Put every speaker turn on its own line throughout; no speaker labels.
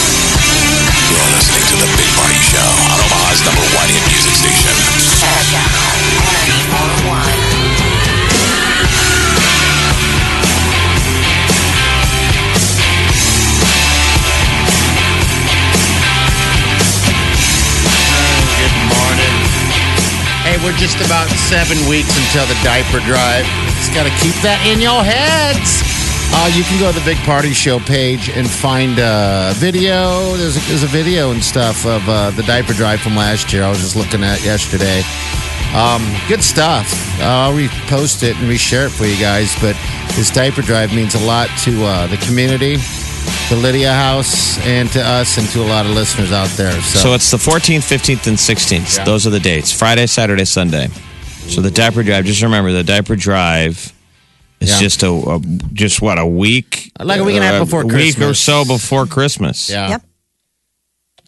You're listening to The Big Party Show on Omaha's number one hit music station.
Good morning. Hey, we're just about seven weeks until the diaper drive. Just got to keep that in your heads. Uh, you can go to the Big Party Show page and find a video. There's a, there's a video and stuff of uh, the diaper drive from last year. I was just looking at yesterday. Um, good stuff. Uh, I'll repost it and reshare it for you guys. But this diaper drive means a lot to uh, the community, to Lydia House, and to us, and to a lot of listeners out there.
So it's the 14th, 15th, and 16th.
Yeah.
Those are the dates Friday, Saturday, Sunday. So the diaper drive, just remember the diaper drive is
Yeah.
just a, a- just what, a week?
Like a week and a half
Uh,
before
week or
Christmas.
so before Christmas.
Yeah.
Yep.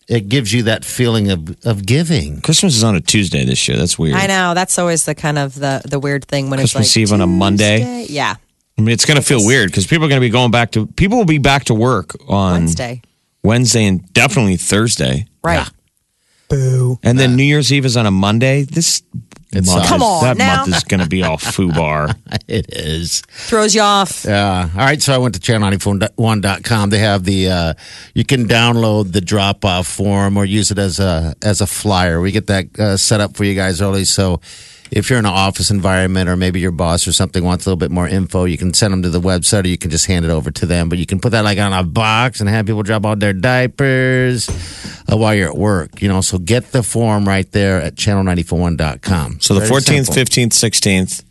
It gives you that feeling of, of giving.
Christmas is on a Tuesday this year. That's weird.
I know. That's always the kind of the, the weird thing when
Christmas
it's like
Eve on a Monday.
Tuesday? Yeah.
I mean, it's going to feel weird because people are going to be going back to, people will be back to work on
Wednesday.
Wednesday and definitely Thursday.
Right.
And then New Year's Eve is on a Monday. This
It
month
sucks.
is-
Come on,
that
now.
month is going to be all foobar.
It is.
Throws you off.
Yeah. Uh, All right. So I went to channel941.com. They have the, uh, you can download the drop off form or use it as a, as a flyer. We get that uh, set up for you guys early. So if you're in an office environment or maybe your boss or something wants a little bit more info, you can send them to the website or you can just hand it over to them. But you can put that like on a box and have people drop out their diapers uh, while you're at work, you know. So get the form right there at channel941.com.
So the
Very
14th,
simple.
15th, 16th.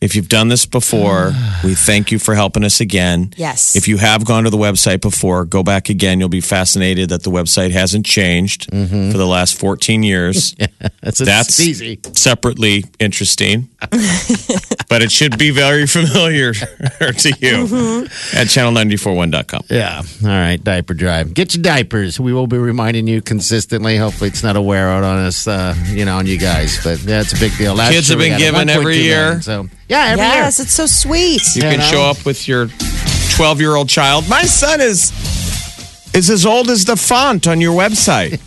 If you've done this before, we thank you for helping us again.
Yes.
If you have gone to the website before, go back again. You'll be fascinated that the website hasn't changed for the last 14 years.
That's,
That's
that's Mm-hmm. easy.
separately interesting, but it should be very familiar to you
Mm-hmm.
at channel941.com.
Yeah. All right. Diaper drive. Get your diapers. We will be reminding you consistently. Hopefully, it's not a wear out on us, uh, you know, on you guys. But yeah, it's a big deal. Last
Kids
year
have
we
been
got a
given every
1.2
year.
million, so yeah, every
yes,
year.
it's so sweet.
You
You
can
know?
show up with your 12 year old child. My son is is as old as the font on your website.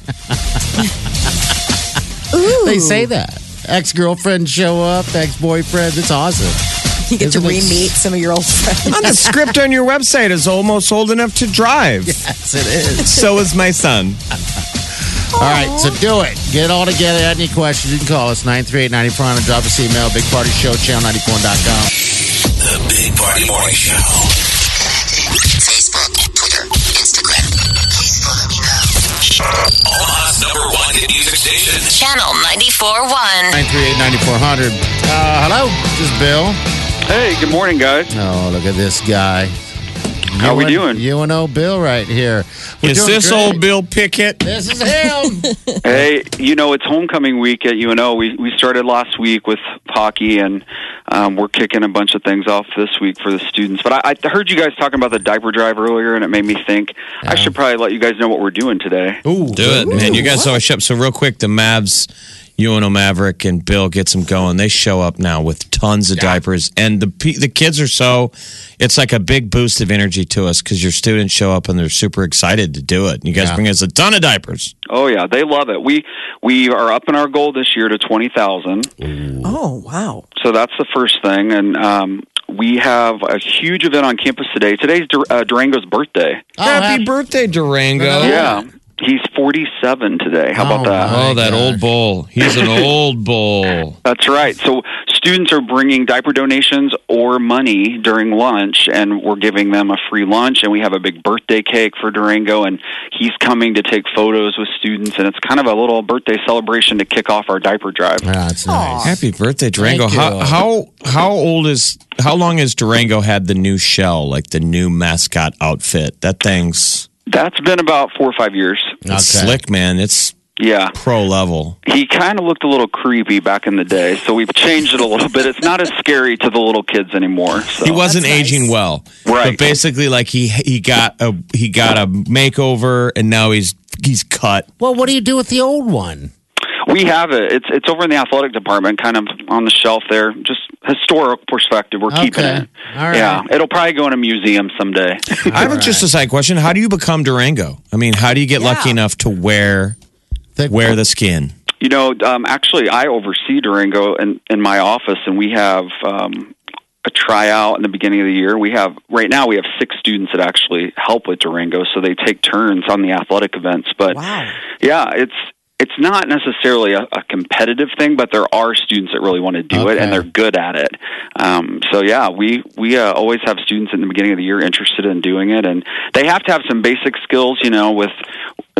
They say that. Ex girlfriends show up. Ex boyfriends. It's awesome.
You get to
Isn't it-
re meet some of your old friends.
the script on your website is almost old enough to drive.
Yes, it is.
So is my son.
All right, so do it. Get it all together. Add any questions, you can call us 938 94 and drop us an email, bigpartyshow, channel94.com.
The Big Party Morning Show.
Facebook, Twitter, Instagram. Please follow me now.
Omaha's number one hit music station.
Channel 94.1.
938 9400. Uh, hello, this is Bill.
Hey, good morning, guys.
Oh, look at this guy.
How we
UN
doing?
UNO Bill right here. We're
is
doing
this
great.
old Bill Pickett?
This is him.
Hey, you know it's homecoming week at UNO. We we started last week with hockey, and um, we're kicking a bunch of things off this week for the students. But I, I heard you guys talking about the diaper drive earlier, and it made me think I should probably let you guys know what weys doing today.
Ooh,
Do it, man. You guys always show up. So, real quick, the Mavs, UNO Maverick, and Bill gets them going. They show up now with tons of diapers. And the pe- the kids are so, it's like a big boost of energy to us because your students show up and they're super excited to do it. You guys
Yeah.
bring us a ton of diapers.
Oh yeah, they love it. We we are upping our goal this year to twenty thousand.
oh, wow.
so that's the first thing, and um, we have a huge event on campus today. Today's Dur- uh, Durango's birthday.
Happy
Oh, birthday, Durango.
Yeah. he's 47 today. How
Oh,
about that?
my
Oh, that
gosh.
old bull. He's an old bull.
That's right. So students are bringing diaper donations or money during lunch, and we're giving them a free lunch. And we have a big birthday cake for Durango, and he's coming to take photos with students. And it's kind of a little birthday celebration to kick off our diaper drive.
Ah, that's nice.
Happy birthday, Durango.
Thank you.
How, how how old is how long has Durango had the new shell, like the new mascot outfit? That thing's
That's been about four or five years.
it's
Okay.
slick, man. It's
Yeah.
pro level.
He kind of looked a little creepy back in the day, so we've changed it a little bit. It's not as scary to the little kids anymore. So.
He wasn't
that's nice.
aging well,
Right.
But basically, like he he got a he got a makeover, and now he's he's cut.
Well, what do you do with the old one?
We have it. It's it's over in the athletic department, kind of on the shelf there. Just historic perspective. We're keeping
Okay.
it.
All right.
Yeah, it'll probably go in a museum someday.
I have just a side question. How do you become Durango? I mean, how do you get lucky enough to wear
Think-
wear the skin?
you know, um, actually, I oversee Durango in, in my office, and we have um, a tryout in the beginning of the year. We have right now we have six students that actually help with Durango, so they take turns on the athletic events. But
Wow.
yeah, it's. It's not necessarily a, a competitive thing, but there are students that really want to do it,
Okay.
and they're good at it. Um, so yeah, we we uh, always have students in the beginning of the year interested in doing it, and they have to have some basic skills, you know, with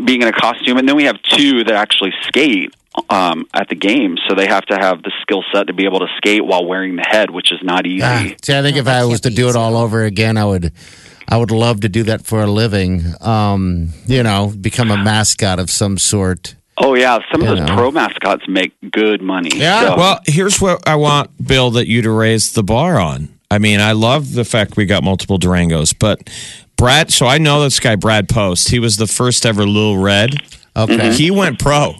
being in a costume. And then we have two that actually skate um, at the game, so they have to have the skill set to be able to skate while wearing the head, which is not easy.
Ah, see, I think if I was to do it all over again, I would, I would love to do that for a living. Um, you know, become a mascot of some sort.
Oh yeah, some of
You
those
know.
pro mascots make good money.
Yeah,
so-
Well, here's what I want, Bill, that you to raise the bar on. I mean, I love the fact we got multiple Durangos, but Brad, so I know this guy, Brad Post. He was the first ever Lil Red.
Okay.
Mm-hmm.
He went pro.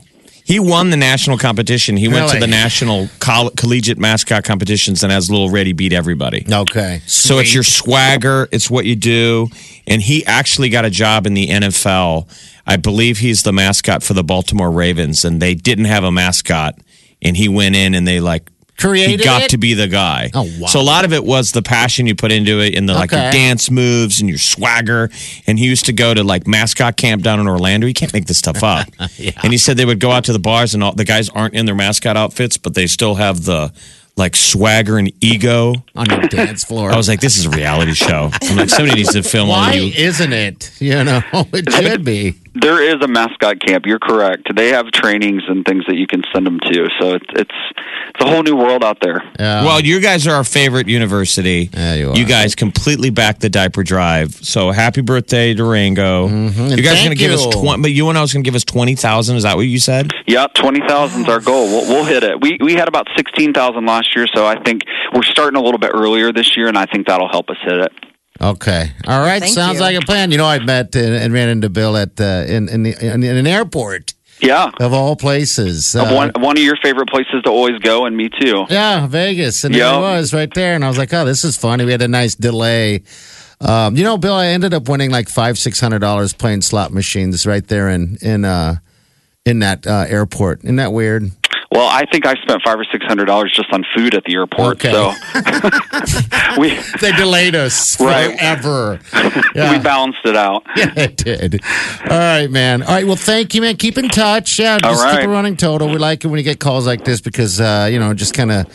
He won the national competition. He went to
Really?
the national coll- collegiate mascot competitions, and as Lil Red, he beat everybody.
Okay.
So it's your swagger, it's what you do. And he actually got a job in the NFL. I believe he's the mascot for the Baltimore Ravens, and they didn't have a mascot. And he went in and they like
Created
he got
it?
to be the guy.
Oh, wow.
So a lot of it was the passion you put into it and the like your
Okay.
dance moves and your swagger. And he used to go to like mascot camp down in Orlando. You can't make this stuff up. And he said they would go out to the bars and all the guys aren't in their mascot outfits, but they still have the like swagger and ego.
on your dance floor.
I was like, this is a reality show. I'm like, somebody needs to film
why
on you.
isn't it? You know, it should be.
There is a mascot camp. You're correct. They have trainings and things that you can send them to. So it's it's it's a whole new world out there.
Yeah.
Well, you guys are our favorite university.
Yeah, you are.
guys completely back the diaper drive. So happy birthday, Durango! You guys are going to
Mm-hmm. Thank
give us
you.
twenty, but you and I was going to give us twenty thousand. Is that what you said?
Yeah, twenty thousand's our goal. We'll, we'll hit it. We we had about sixteen thousand last year, so I think we're starting a little bit earlier this year, and I think that'll help us hit it.
Okay. All right.
Thank
Sounds
you.
like a plan. You know, I met and, and ran into Bill at uh, in in, the, in in an airport
Yeah,
of all places.
Of
Uh,
one one of your favorite places to always go, and me too.
Yeah, Vegas, and there
Yeah.
it was right there, and I was like, "Oh, this is funny." We had a nice delay. Um, you know, Bill, I ended up winning like five, six hundred dollars playing slot machines right there in in uh, in that uh, airport. Isn't that weird?
Well, I think I spent five or six hundred dollars just on food at the airport.
Okay.
So we
They delayed us
Right.
forever.
we
Yeah,
balanced it out.
yeah, it did. All right, man. All right, well, thank you, man. Keep in touch. Yeah,
All
just
right.
keep a running total. We like it when you get calls like this because uh, you know, just kind of,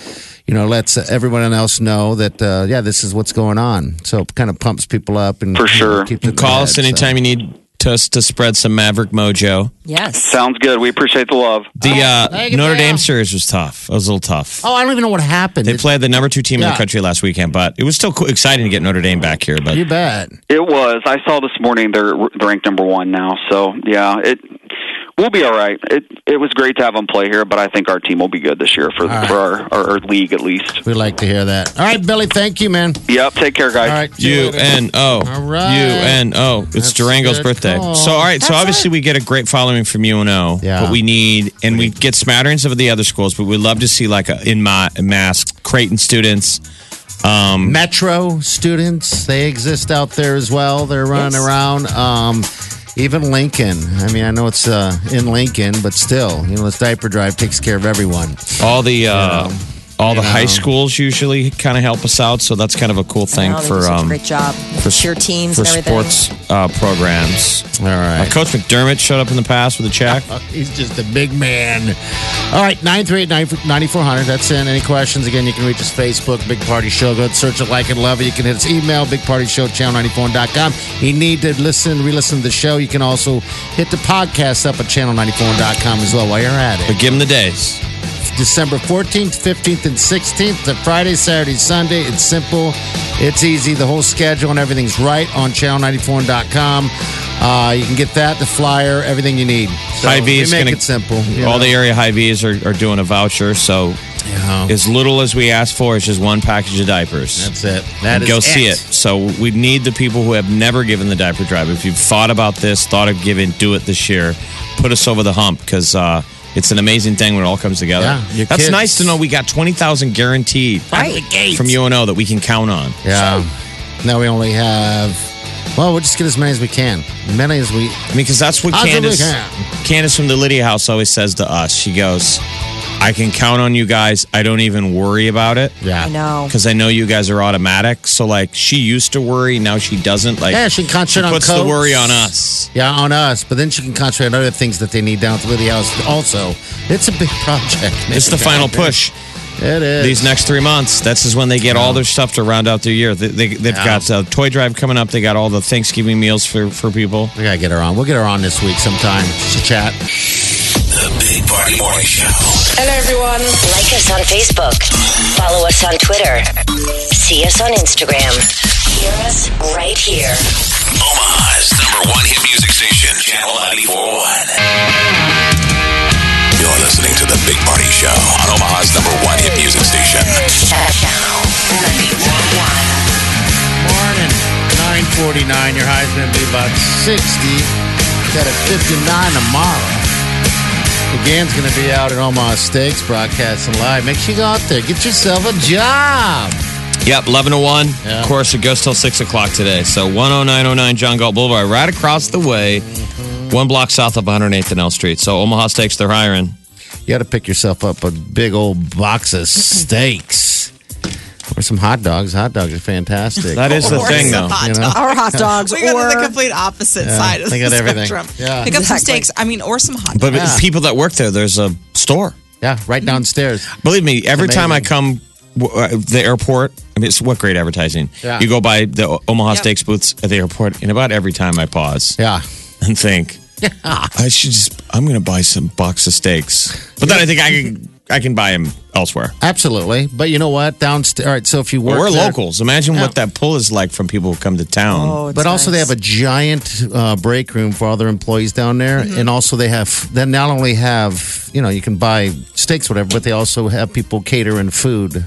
you know, lets everyone else know that uh, yeah, this is what's going on. So it kind of pumps people up and
For
you know,
sure.
keeps it in
Call
their
us
head, so.
anytime you need us to spread some Maverick mojo.
Yes.
Sounds good. We appreciate the love.
The uh,
thank Oh, you,
Notre
man.
Dame series was tough. It was a little tough.
Oh, I don't even know what happened.
They played the number two team in
Yeah.
the country last weekend, but it was still cool, exciting to get Notre Dame back here. But
you bet.
It was. I saw this morning they're they're ranked number one now. So yeah, it we'll be all right. It it was great to have them play here, but I think our team will be good this year for for our, our, our league at least.
We like to hear that. All right, Billy. Thank you, man.
Yep. Take care, guys.
All right, see
U
later.
N O.
All right.
U N O. It's
That's
Durango's
good call.
birthday. So, all right. so, obviously, we get a great following from UNO.
Yeah.
But we need, and we get smatterings of the other schools, but we'd love to see, like, a, in my mass, Creighton students.
Metro students, they exist out there as well. They're running around. Um, even Lincoln. I mean, I know it's uh, in Lincoln, but still, you know, this diaper drive takes care of everyone.
All the uh, all the
You
high
know.
schools usually kind of help us out, so that's kind of a cool thing
Wow, they do
for
such a
um,
great job
for
for cheer teams
for
and everything.
sports uh, programs.
All right.
Uh, Coach McDermott showed up in the past with a check.
He's just a big man. All right, 938-9400. That's in. Any questions? Again, you can reach us Facebook, Big Party Show. Go to search it, like it, love it. You can hit us email, bigpartyshow, com. You need to listen, re-listen to the show. You can also hit the podcast up at channel94.com as well while you're at it.
But give him the days.
December 14th, 15th, and 16th. The Friday, Saturday, Sunday. It's simple. It's easy. The whole schedule and everything's right on channel94.com. Uh, you can get that, the flyer, everything you need. So
Hy-Vee
we
is
make
gonna-
it simple. you
All
know?
the area high V's are, are doing a voucher, so
Yeah.
as little as we ask for is just one package of diapers.
That's it. That
and
is
go see it. So we need the people who have never given the diaper drive. If you've thought about this, thought of giving, do it this year. Put us over the hump because uh, it's an amazing thing when it all comes together.
Yeah, your
That's
kids-
nice to know we got 20,000 guaranteed
Out of the gate.
from UNO that we can count on.
Yeah. Now we only have. Well, we'll just get as many as we can. Many as we.
I mean, because that's what
Out of the
Candace,
gate.
Candace from the Lydia house always says to us. She goes, I can count on you guys. I don't even worry about it.
Yeah.
I know.
Because I know you guys are automatic. So, like, she used to worry. Now she doesn't. Like,
Yeah, she can concentrate on
puts
Coke.
the worry on us.
Yeah, on us. But then she can concentrate on other things that they need down at the Liddy House. Also, it's a big project.
It's the final push.
It is.
These next three months, this is when they get all their stuff to round out their year. They, they, they've
Yeah.
got uh, toy drive coming up. They got all the Thanksgiving meals for, for people.
We gotta get her on. We'll get her on this week sometime to chat.
The Big Party Morning Show.
Hello, everyone.
Like us on Facebook. Follow us on Twitter. See us on Instagram. Hear us right here.
Omaha's number one hit music station, Channel 941. You're listening to The Big Party Show on Omaha's number one hit music station.
Channel 941.
Morning. 949. Your high's going to be about 60. Got a 59 tomorrow. McGann's going to be out at Omaha Steaks broadcasting live. Make sure you go out there. Get yourself a job.
Yep, 11 to 1.
Yeah.
Of course, it goes till 6 o'clock today. So 10909 John Galt Boulevard, right across the way, one block south of 108th and L Street. So Omaha Steaks, they're hiring.
You got to pick yourself up a big old box of steaks or some hot dogs. Hot dogs are fantastic.
That is the
Or
thing,
some
though.
hot
You know?
dogs.
Our hot dogs
We got
or
to the complete opposite side of
they
the
got everything.
spectrum.
Yeah.
Pick up some
Exactly.
steaks. I mean, or some hot
But
dogs.
Yeah.
people that work there, there's a store.
yeah, right downstairs.
Believe me, every
Amazing.
time I come w- uh, the airport, I mean, it's what great advertising.
Yeah.
You go by the O- Omaha
Yep.
Steaks booths at the airport, and about every time I pause
Yeah.
and think, I should just, I'm going to buy some box of steaks. But then I think I can, I can buy them elsewhere.
Absolutely. But you know what? Downstairs. All right. So if you work.
We're
there-
locals. Imagine what that pull is like from people who come to town.
Oh, it's
But also, they
nice.
have a giant uh, break room for all their employees down there,
Mm-hmm.
and also they have. They not only have you know you can buy steaks, whatever, but they also have people catering food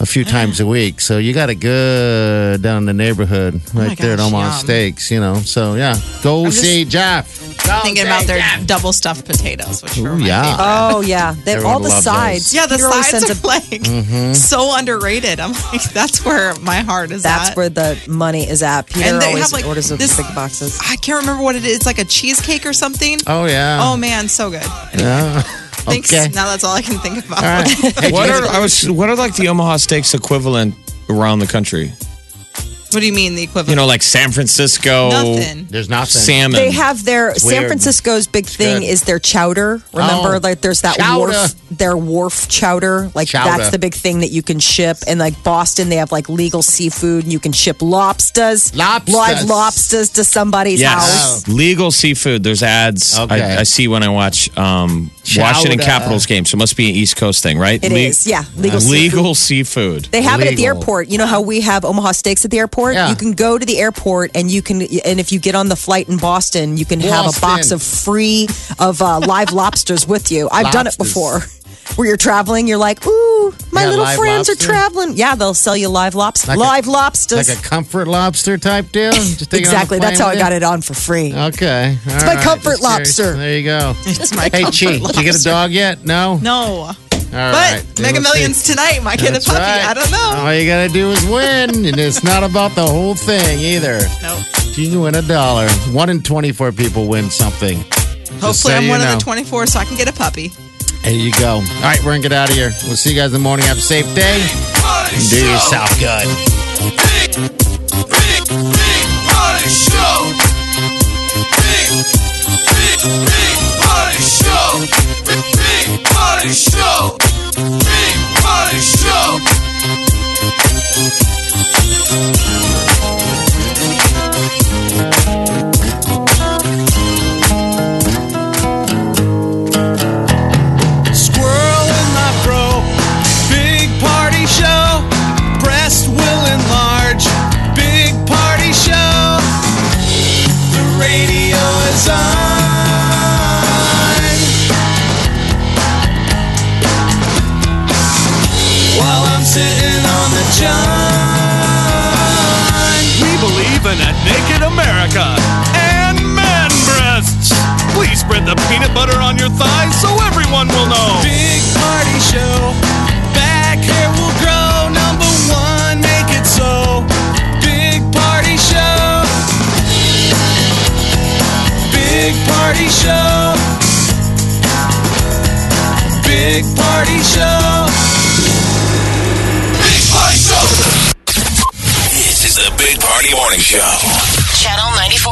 a few times a week. So you got a good down in the neighborhood right there at
Oh gosh,
Omaha
yum.
Steaks. You know, so yeah, go
just
see Jeff. Go
Thinking
see
about their
Jeff.
double stuffed potatoes, which were
Ooh,
my favorite.
yeah.
Oh yeah, they
Everyone
all the
loved
sides.
Yeah, the
Peter always
sides
sends
are
a-
like so underrated. I'm like, that's where my heart is.
that's
at.
where the money is at. Peter
And they
always
have, like,
orders those
this-
big boxes.
I can't remember what it is. It's like a cheesecake or something.
Oh yeah.
Oh, man, so good. Thanks.
Okay.
Now that's all I can think about.
All right. Hey,
What
you
are
guys-
I was what are like the Omaha Steaks equivalent around the country?
What do you mean the equivalent?
You know, like San Francisco
Nothing.
There's nothing.
salmon.
They have their San
weird.
Francisco's big thing
good.
is their chowder. Remember,
Oh,
like there's that
chowder.
wharf, their wharf chowder. Like
Chowder.
that's the big thing that you can ship. And like Boston, they have like legal seafood, and you can ship lobsters,
Lobsters. Oh.
live lobsters to somebody's house.
Yes, legal seafood. There's ads
Okay.
I, I see when I watch um,
Chowder.
Washington Capitals game. So it must be an East Coast thing, right?
It is, yeah, legal
legal seafood.
They have it at the
Legal.
airport. You know how we have Omaha Steaks at the airport?
Yeah.
You can go to the airport and you can and if you get on the flight in Boston, you can have a box
Boston.
of free of uh, live lobsters with you. I've done it
Lobsters.
before. Where you're traveling, you're like, "Ooh, my
Yeah,
little
live
friends
lobster.
are traveling." Yeah, they'll sell you live lobster.
Like a-
live lobsters.
Like a comfort lobster type deal. Just take it on the
exactly. That's
plane Oh,
how I
with
got
you?
it on for free.
Okay. It's
my comfort lobster.
There you go.
It's my
Hey,
comfort
Chi, did you get a
lobster.
dog yet? No? All
No.
right.
But Mega Millions tonight might get a puppy. I don't know.
All you got to do is win, and it's not about the whole thing either.
No.
You can win a dollar. One in 24 people win something.
Hopefully,
so
I'm
you
one
know.
of the 24 so I can get a puppy.
There you go. All right, we're going to get out of here. We'll see you guys in the morning. Have a safe day. And do yourself good.
Squirrel in my bro. Big party show. Breast will enlarge. Big party show. The radio is on. While I'm sitting on the john.
We believe in a naked America and man breasts. Please spread the peanut butter on your thighs so everyone will know.
Big party show. Back hair will grow. Number one, make it so. Big party show. Big party show. Big party show.
Big Party Show. This is the Big Party Morning Show.
Channel 94.1.